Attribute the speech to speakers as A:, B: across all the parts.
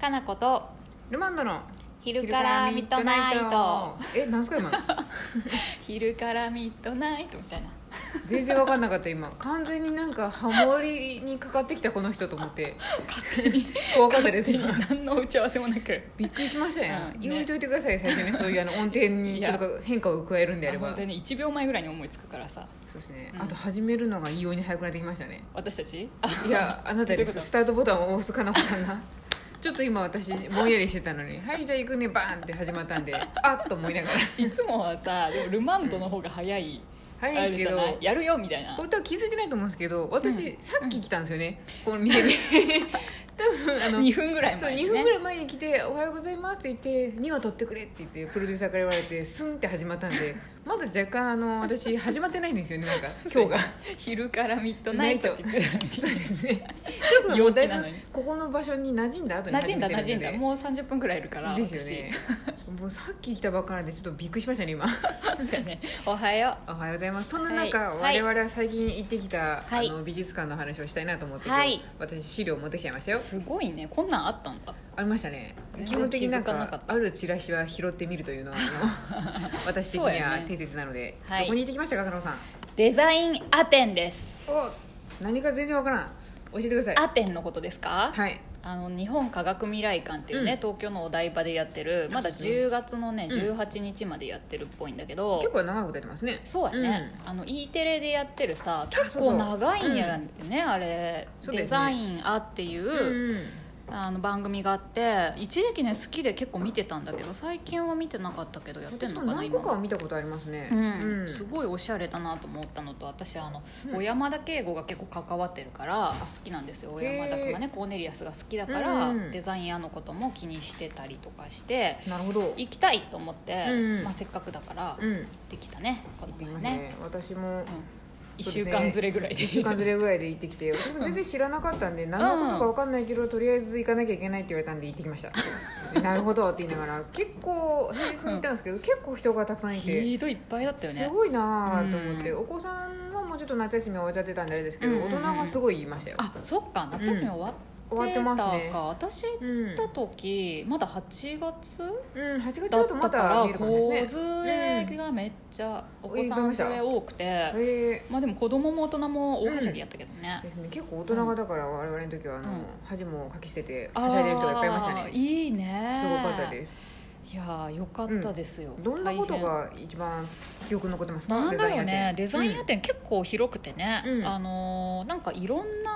A: かなこと
B: ルマンドの
A: 昼からミッドナイト
B: え何すか今の
A: 昼からミッドナイトみたいな
B: 全然分かんなかった今完全になんかハモリにかかってきたこの人と思って
A: 勝手に
B: 怖かったです今
A: 何の打ち合わせもなく
B: びっくりしましたね
A: うんね
B: 言うといてください最初にそういうあの音程にちょっと変化を加えるんであれば
A: 本当に1秒前ぐらいに思いつくからさ
B: そうですね、
A: うん
B: あと始めるのが異様に早くなってきました ね
A: 私たち
B: いやあなた
A: どうい
B: です
A: うこと
B: スタートボタンを押すかなこさんがちょっと今私ぼんやりしてたのに「はいじゃあ行くねバーン!」って始まったんであっと思いながら
A: いつもはさでもルマンドの方が早い、
B: 早いですけ
A: あれ
B: ど
A: じゃないやるよみたいな
B: 本当は気づいてないと思うんですけど私、
A: うん
B: さっき来たんですよね、この 店に多分あの
A: 2分ぐらい
B: そう
A: 前に、ね、
B: 2分ぐらい前に来て「おはようございます」って言って「2話取ってくれ」って言ってプロデューサーから言われてスンって始まったん でまだ若干あの私始まってないんですよねなんか今日が。
A: 昼からミッドナイトって言ってた
B: そう
A: の
B: ですね。ということ
A: 陽
B: で
A: 気
B: も
A: なの
B: うだい
A: に
B: ぶここの場所に馴染んだ後に
A: に馴染んだ馴染んだ
B: う
A: もう30分ぐらいいるから
B: ですよね。もうさっき来たばっかなんでちょっとびっくりしました ね今。
A: 私そうやねおはよ
B: おはようございます。そんな中、
A: はい
B: 我々は最近行ってきた、
A: はい
B: あの美術館の話をしたいなと思って、
A: はい
B: 私資料持ってきちゃいました
A: う
B: よ。
A: すごいねこんなんあったんだ
B: ありましたね。
A: 全然
B: 基本的になんか
A: 気づかなかった
B: あるチラシは拾ってみるというのがあ の私的
A: そう
B: に
A: や
B: は
A: ね
B: 定説なので、
A: はい
B: どこに行ってきましたか佐野さん。
A: デザインアテンです
B: お何か全然わからん。教えてください。
A: アテンのことですか、
B: はい。
A: あの日本科学未来館っていうね、
B: うん
A: 東京のお台場でやってるまだ
B: あそうです
A: 10月のね
B: うん
A: 18日までやってるっぽいんだけど、
B: 結構長いことやってますね。
A: そうやね
B: ん、
A: あの E テレでやってるさ結
B: そうそ
A: 構
B: う
A: 長いんやね、あれ、
B: そう
A: デ
B: ですね
A: ザイン「あ」っていうう、
B: ん
A: あの番組があって一時期ね好きで結構見てたんだけど最近は見てなかったけどやってん
B: 私
A: の
B: も
A: かな
B: 何個
A: 今
B: かは見たことありますね、
A: うん
B: うん
A: すごいおしゃれだなと思ったのと私あの、
B: うん
A: 小山田圭吾が結構関わってるから好きなんですよ小
B: へー
A: 山田君がねコーネリアスが好きだから、
B: うんうん
A: デザイン屋のことも気にしてたりとかして
B: なるほど
A: 行きたいと思って、
B: うんうん
A: まあ、せっかくだから行
B: う
A: っ
B: ん行
A: てきたね、
B: っ
A: こ
B: てき
A: の
B: ま
A: 前
B: したね
A: ね、
B: 私も
A: うん、1
B: そ
A: 週
B: うですね
A: 間ずれぐらいで
B: 1週間ずれぐらいで行ってきて私も全然知らなかったんで何のことか分かんないけどとりあえず行かなきゃいけないって言われたんで行ってきました でなるほどって言いながら結構平日に行ったんですけど結構人がたくさんいて
A: ひどいいっぱいだったよ
B: す
A: ね
B: ごいなぁと思って
A: うん
B: お子さんはもうちょっと夏休み終わっちゃってたんであれですけど
A: うんうんう
B: 大
A: ん
B: 人はすごいいましたよ
A: あそっか夏休み終わって
B: 終わって
A: た
B: ます
A: か、
B: ね
A: 私行
B: うん
A: った時まだ8月
B: うん8月
A: だ
B: だ
A: っ
B: とま
A: たか
B: だ
A: ら
B: 見るかも
A: 子
B: で
A: 連
B: すね
A: れがめっちゃお子さん連れ多くて
B: へ
A: まあでも子供も大人も大はしゃぎやったけど
B: ー
A: ね
B: ですね結構大人がだから我々の時はあの、
A: うん
B: 恥もかき捨てて
A: あ
B: はしゃいでる人がいっぱいいました
A: ー
B: ね
A: いいね
B: すごかったです
A: いやーよかったですよ
B: どんなことが一番記憶に残ってま
A: 大
B: すか
A: 変なんだろうね
B: デ
A: デ
B: ザ
A: ザ
B: イ
A: イ
B: ン
A: ン
B: 屋
A: 屋
B: 店
A: 店結構広くてね
B: うん
A: あのーなんかいろんな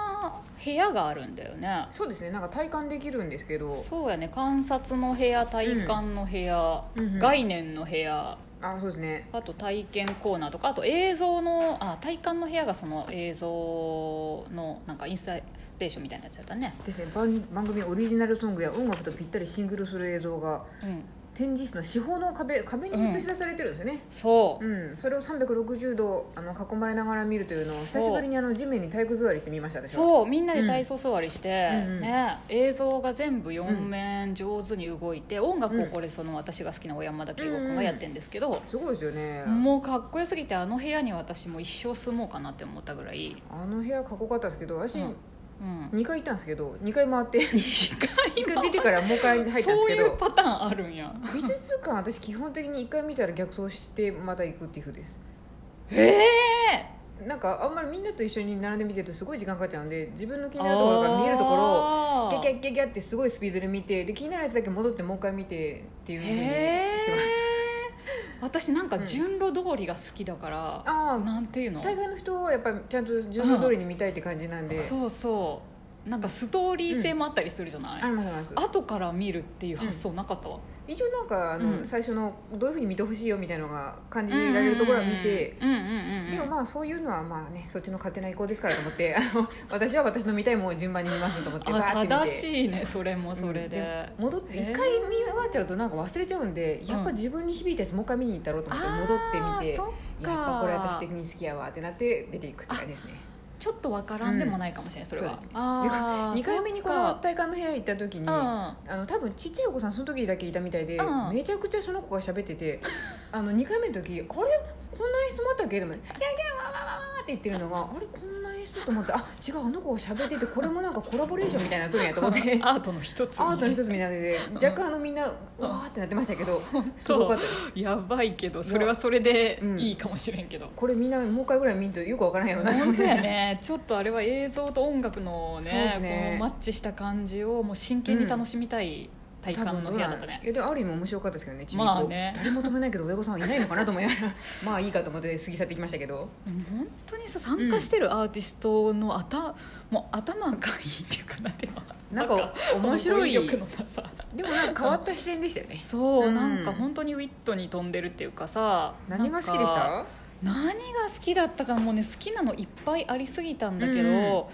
A: 部屋があるんだよね
B: そうですねなんか体感できるんですけど
A: そうやね観察の部屋体感の部屋
B: うんうんうん
A: 概念の部屋
B: あそうですね
A: あと体験コーナーとかあと映像のあ体感の部屋がその映像のなんかインスタレーションみたいなやつだったね、
B: ですね番番組オリジナルソングや音楽とぴったりシングルする映像が
A: うん、
B: 展示室の四方の壁壁に映し出されてるんですよね、
A: そう
B: う、んそれを360度あの囲まれながら見るというのを久しぶりにあの地面に体育座りしてみました私は
A: そうみんなで体操座りして、
B: うんうんうん
A: ね、映像が全部4面上手に動いて、音楽をこれその私が好きな小山田圭吾君がやってるんですけど、
B: すごいですよね
A: もうかっこよすぎてあの部屋に私も一生住もうかなって思ったぐらい、
B: あの部屋かっこよかったですけど私、
A: うんうん、
B: 2回行ったんですけど2回回って
A: 短
B: 1回出てからもう一回入ったんで
A: い
B: すけど
A: そういうパターンあるんや
B: 美術館私基本的に1回見たら逆走してまた行くっていう風です
A: ええ
B: なんかあんまりみんなと一緒に並んで見てるとすごい時間かかっちゃうんで自分の気になるところが見えるところをギャギャギャギャってすごいスピードで見てで気になるやつだけ戻ってもう一回見てっていう風に
A: へ
B: してます
A: ー私なんか
B: うん
A: 順路通りが好きだから、
B: ああ
A: なんていうの
B: 大概の人はやっぱりちゃんと順番通りに見たいって感じなんで、
A: そうそうなんかストーリー性もあったりするじゃない、
B: ありますあります
A: 後から見るっていう発想なかったわ、
B: 一応なんかあの、
A: うん
B: 最初のどういう風に見てほしいよみたいなのが感じられるところは見て、
A: うんうんうんうん
B: でもまあそういうのはまあねそっちの勝手な意向ですからと思ってあの私は私の見たいものを順番に見ますと思って
A: あ
B: バーって見て
A: 正しいねそれもそれで、
B: うん戻って
A: へー
B: 一回見終わっちゃうとなんか忘れちゃうんでやっぱ自分に響いたやつもう一回見に行ったろうと思って戻ってみて、
A: あーそっか
B: やっぱこれ私的に好きやわってなって出ていくって感じですね
A: ちょっとわからんでもないかもしれない、それは
B: そうですね
A: あー
B: 2回目にこ
A: そ
B: の
A: っか
B: 体感の部屋行った時に
A: うん
B: あの多分ちっちゃいお子さんその時だけいたみたいで、
A: うん
B: めちゃくちゃその子が喋って てあの2回目の時あれこんな演出もあったっけでも「いやいやわわわわわ」って言ってるのがあれこんな演スと思ってあ違うあの子が喋っててこれもなんかコラボレーションみたいなとんやと思って
A: アートの一つ
B: アートの一つみたいなので若干あのみんなわーってなってましたけどすごかったです
A: やばいけどそれはそれでいいかもしれんけど、
B: これみんなもう一回ぐらい見んとよくわからんやろうなと思
A: 本
B: っ
A: 当
B: て
A: やねちょっとあれは映像と音楽の
B: そうで
A: ね
B: すね
A: こうマッチした感じをもう真剣に楽しみたい体
B: 多
A: 感
B: 分
A: の
B: ど
A: 部
B: う
A: 屋
B: な
A: だった
B: ん
A: ね
B: いやである意味面白かったですけどねちびっこ
A: まあね
B: 誰も止めないけど親御さんはいないのかなと思いながらまあいいかと思って過ぎ去ってきましたけど
A: 本当にさ参加してるアーティストの頭、もう頭がいいっていうかなんていうの
B: なんか面白い
A: この語彙力のなさ
B: でもなんか変わった視点でした よね
A: そう、
B: うん
A: なんか本当にウィットに飛んでるっていうかさ
B: 何が好きでし
A: なんか
B: た
A: 何が好きだったかもうね好きなのいっぱいありすぎたんだけど、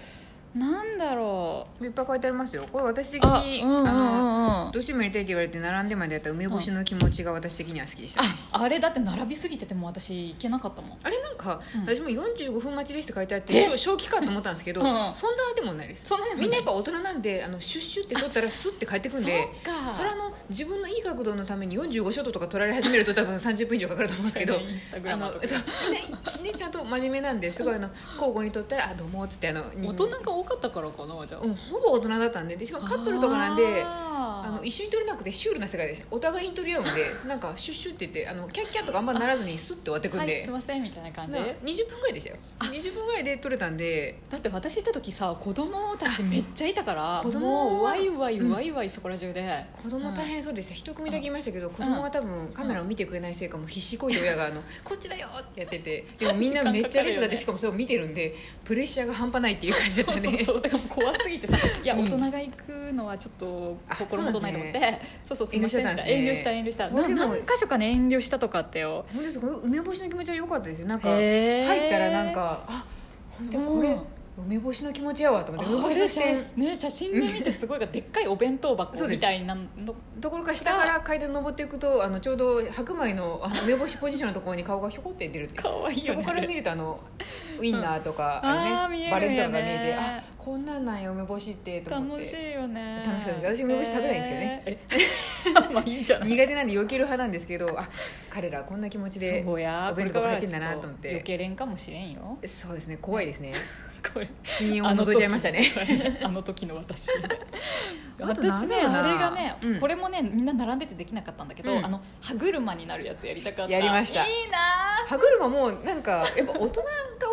A: なんだろ
B: いっぱい書いてありますよこれ私
A: う
B: 的
A: あ
B: に
A: うんうんうんうん
B: あの
A: あ
B: どうしてもやりたいって言われて並んでまでやった梅干しの気持ちが私的には好きでした、
A: あれだって並びすぎてても私行けなかったもん
B: あれなんか、
A: うん
B: 私も45分待ちですって書いてあって正正気かと思ったんですけど、
A: うんうん
B: そんなでもないです
A: そんなでもな
B: み
A: い
B: んなやっぱ大人なんであのシュッシュって取ったらスッて帰ってくんで
A: そっか
B: それはあの自分のいい角度のために45ショットとか取られ始めると多分30分以上かかると思うんですけど
A: インスタグ
B: あ
A: ラマ
B: の
A: ー
B: そ
A: と
B: う
A: か
B: ねねちゃんと真面目なんですごいあの交互に取ったら「あどうも」っつってあの
A: 大人が多かったからかなじゃあ、
B: うん、ほぼ大人だったんででしかもカップルとかなんであ
A: あ
B: の一緒に取れなくてシュールな世界ですお互いに取り合うんでなんかシュッシュって言ってあのキャッキャッとかあんまならずにスッと終わって
A: ー
B: くん
A: は
B: で、
A: いすいませんみたいな感じ
B: な20分ぐらいでしたよ20分ぐらいで取れたんで
A: だって私行った時さ子供たちめっちゃいたから
B: 子供は
A: もうワイワイ
B: うん
A: ワイワイそこら中で、
B: 子供大変そうでした、一組だけいましたけど子供は多分カメラを見てくれないせいかもう必死こいて親があの「こっちだよ!」ってやって てでもみんなめっちゃレスだってしかもそれを見てるんでプレッシャーが半端ないっていう感じだ
A: そ
B: っ
A: う
B: た
A: そう
B: ね
A: そうだからもう怖すぎてさいや
B: う
A: 大
B: ん
A: 人が行くのはちょっと心もとないと思って、
B: あ
A: そうそうすい
B: 遠慮
A: ま
B: しちゃ
A: せ
B: っ
A: ん
B: たんですね
A: 遠慮した遠慮した
B: それで
A: な
B: も
A: 何箇所かね遠慮したとかあってよ
B: 本当ですこの梅干しの気持ちは良かったですよなんか入
A: へー
B: ったらなんかあ本当これ梅干しの気持ちやわと思って梅干しの視
A: あれ
B: 点
A: 写ね、写真で見てすごいがでっかいお弁当
B: そ
A: 箱
B: うです
A: みたいなの
B: ところが下から階段登っていくとあのちょうど白米のあの梅干しポジションのところに顔がひょこって出るっていう
A: かわいい
B: そ
A: よね
B: こから見るとあのウインナーとか、
A: うん
B: あのね
A: あー見えるよね
B: バレンタインが見えてあこんなんなんよ梅干しってと思っ
A: 楽
B: て
A: しいよね
B: 楽しかったです私梅干し食べないん
A: ですけどね まあいいん じゃない
B: 苦手なんで避ける派なんですけどあ彼らこんな気持ちで
A: そうや
B: お弁当
A: これ
B: 入ってんだなと思って
A: からはちょと避けれんかもしれんよ
B: そうですね怖いですね
A: これ
B: 信用を覗いちゃいましたね
A: あの時の 私
B: あとな
A: 私
B: ん
A: ね
B: だろうな
A: あれがね、
B: うん
A: これもねみんな並んでてできなかったんだけど、
B: うん
A: あの歯車になるやつやりたかった
B: やりました
A: いいな
B: 歯車もなんかやっぱ大人が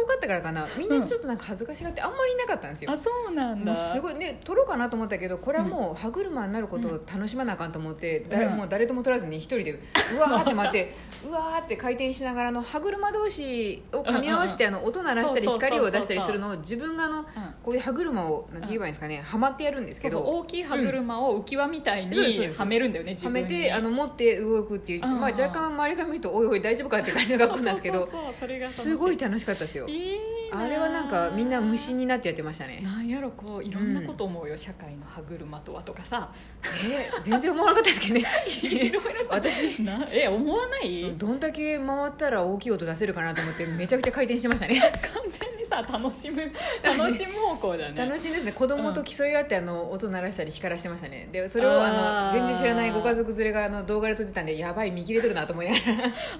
B: 多かったからかなみんなちょっとなんか恥ずかしがってあんまりいなかったんですよ
A: あそうなん
B: も
A: だ
B: うすごいね撮ろうかなと思ったけどこれはもう歯車になることを楽しまなあかんと思って、誰
A: うん
B: もう誰とも撮らずに一人でうわーって待って うわーって回転しながらあの歯車同士を噛み合わせてあの音鳴らしたり
A: そうそうそうそう
B: 光を出したりするのを自分があのこういう歯車をなんて言えばいいんですかねはまってやるんです
A: そ
B: け
A: うそう
B: ど
A: 大きい歯車を浮き輪みたいに
B: そうですそうです
A: はめるんだよね自
B: は
A: 分に
B: めてあの持って動くっていう、
A: うんうん
B: まあ、若干周りから見るとおいおい大丈夫かって感じの学校なんですけど
A: そうそうそうそうそれが楽し
B: すごい楽しかったですよ
A: いいな
B: あれはなんかみんな無心になってやってましたね
A: なんやろこういろんなこと思うよ、社会の歯車とはとかさ
B: えー全然思わなかったですけどね
A: いろいろさ
B: 私
A: なえ思わない、
B: どんだけ回ったら大きい音出せるかなと思ってめちゃくちゃ回転してましたね
A: 完全にさ楽しむ楽しむ方向だね
B: 楽しいですね子供と競い合ってあの音鳴らしたり光らしてましたねでそれをあ
A: あー
B: の全然知らないご家族連れがあの動画で撮ってたんでやばい見切れとるなと思いな がら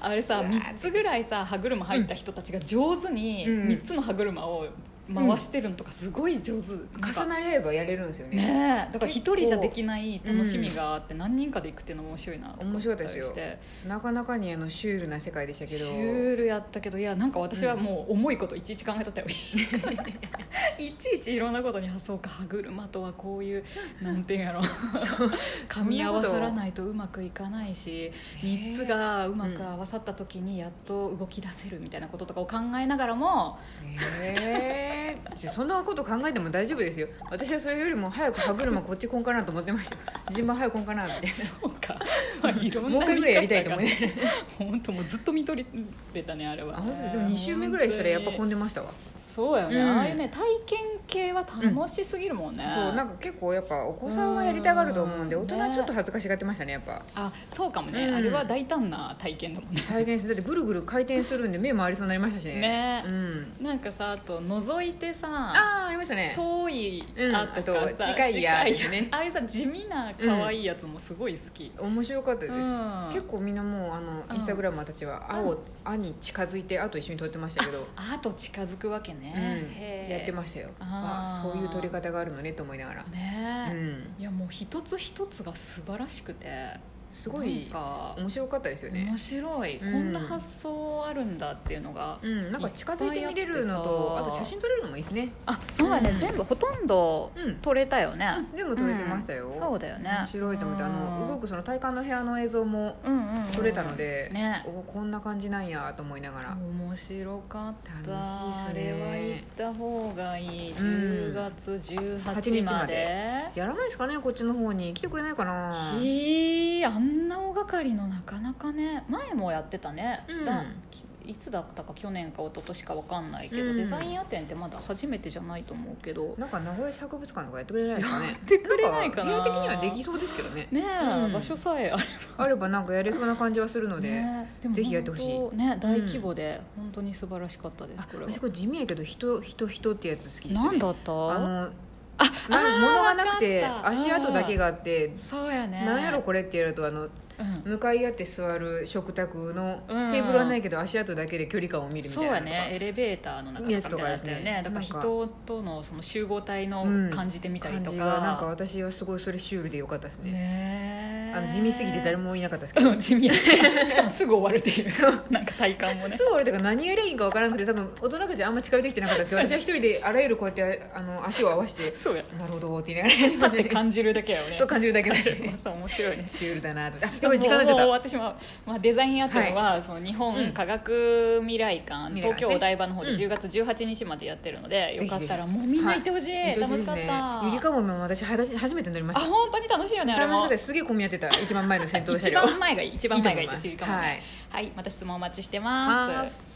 A: あれさ3つぐらいさ歯車入った人たちが上手に
B: うん
A: 3つの歯車を回してるのとかすごい上手、なんか
B: 重なり合えばやれるんですよね
A: ねえだから1人じゃできない
B: うん
A: 楽しみがあって何人かで行くっていうのも面白いなと思
B: 面白かったですよ
A: りして
B: なかなかにあのシュールな世界でしたけ
A: シ
B: ど
A: ュールやったけどいやなんか私はもう重いこといちいち考えとったよいちいちいろんなことにあそうか歯車とはこう いうなんていうんやろ噛み合わさらないとうまくいかないし3つがうまく合わさった時にやっと動き出せるみたいなこととかを考えながらも
B: ええそんなこと考えても大丈夫ですよ私はそれよりも早く歯車こっちこんかなと思ってました順番早くこんかなみたいな
A: そうか、 まあ、いろん
B: もう
A: な
B: 一回ぐらいやりたいと思いながら
A: 本当もうずっと見とれたねあれは
B: あ本当ですでも2周目ぐらいしたらやっぱ混んでましたわ
A: そうやよね、
B: うん
A: ああいうね体験系は楽しすぎるもんね、
B: そうなんか結構やっぱお子さんはやりたがると思うんで
A: う
B: 大
A: ん
B: 人はちょっと恥ずかしがってましたねやっぱ
A: あそうかもね、
B: うん
A: あれは大胆な体験だもんね
B: 回転するだってぐるぐる回転するんで目回りそうになりましたしね
A: ね
B: うん
A: なんかさあと覗いてさ
B: ああありましたね
A: 遠い、
B: うん
A: あとか
B: あと
A: さ
B: 近いやですね
A: 近いやああいうさ地味な可愛いやつもすごい好き、
B: 面白かったです、
A: うん
B: 結構みんなもうあの
A: うん
B: インスタグラマーたちは「あ」を「あ」に近づいて「あ」と一緒に撮ってましたけど
A: あと近づくわけねね、
B: うん、やってま
A: し
B: したよ
A: あ
B: あ
A: ー
B: そういう撮り方があるのねと思いながら、
A: ね
B: う
A: え、
B: ん、
A: いやもう一つ一つが素晴らしくて
B: すごい
A: なんか
B: 面白かったですよね
A: 面白い、
B: うん
A: こんな発想あるんだっていうのが、
B: うん、なんか近づいて見れるのと
A: いっぱいあっ
B: あ
A: て
B: と
A: さ
B: 写真撮れるのもいいですね
A: あそうだね、
B: うん
A: 全部ほとんど
B: うん
A: 撮れたよね、
B: 全部撮れてましたよ、
A: うんそうだよね
B: 面白いと思ってあ
A: うん
B: の動くその体幹の部屋の映像も
A: うんうんうん
B: 撮れたので、
A: ね
B: おこんな感じなんやと思いながら、
A: 面白かった
B: 楽しいっ
A: あ
B: すね
A: れは行った方がいい、
B: ん
A: 10月18
B: 8
A: 日ま
B: ま
A: で
B: やらないですかねこっちの方に来てくれないかな
A: ひーあんな大掛かりのなかなかね前もやってたね、
B: うん
A: だいつだったか去年か一昨年か分かんないけど、
B: うん
A: デザイン屋展ってまだ初めてじゃないと思うけど
B: なんか名古屋市博物館とかやってくれないですかねやって
A: くれないかなん
B: か部屋的にはできそうですけどね
A: ねえ、
B: うん
A: 場所さえあれ
B: あればなんかやれそうな感じはするので、
A: ねえで
B: ぜひやってほしい
A: 本当ね大規模で本当に素晴らしかったです、
B: あ
A: これは
B: 私これ地味やけど人人人ってやつ好きですね
A: 何だった
B: あの
A: あ
B: な
A: ー
B: 物がなくて
A: わかった
B: 足跡だけがあって
A: そうやね
B: なんやろこれってやるとあの
A: うん
B: 向かい合って座る食卓のテ
A: うん
B: ーブルはないけど足跡だけで距離感を見るみた
A: そう
B: いな
A: や
B: のと
A: ね
B: か
A: エレベーターの中とかみたいなやつだよね
B: やつとかですね
A: だから
B: なんか
A: 人とのその集合体の
B: うん
A: 感じてみたり
B: 感
A: と
B: じ
A: か、
B: がなんか私はすごいそれシュールでよかったですね
A: ねえ
B: あの地味すぎて誰もいなかったですけど
A: うん地 味やねしかもすぐ終わるっていうなんか体感もね
B: すぐ俺とか何がいいんかわからなくて多分大人たちあんま近寄ってきてなかったですけど私は一人であらゆるこうやってあの足を合わせて
A: そうや
B: なるほどって言いながらやり
A: だ
B: ま
A: っ
B: して
A: て
B: ね
A: 感じるだけやよね
B: そう感じるだけだ
A: それもさ面白いね
B: シュールだなと あやばい時間になっちゃ
A: もうもう終
B: った
A: わってしまう、まあ、デザイン屋展は、その日本科学未来館、
B: うん
A: 東京お台場の方で
B: うん
A: 10月18日までやってるので、よ
B: ぜひぜ
A: か
B: ひ
A: ったらもうみんな行ってほしい、
B: はい
A: 楽しかっ
B: 本当です
A: た、
B: ねゆりかもめも私はだし初めて乗りま
A: あ
B: した
A: 本当に楽しいよねあれ
B: 楽しか
A: も
B: ったですすげえ混み合ってた一番前の先頭車
A: 一
B: 両
A: 番前がいい一番前がいいです
B: いい
A: ゆり
B: と
A: か
B: 思
A: も
B: いま
A: ね
B: す
A: はい、また質問お待ちしてます
B: は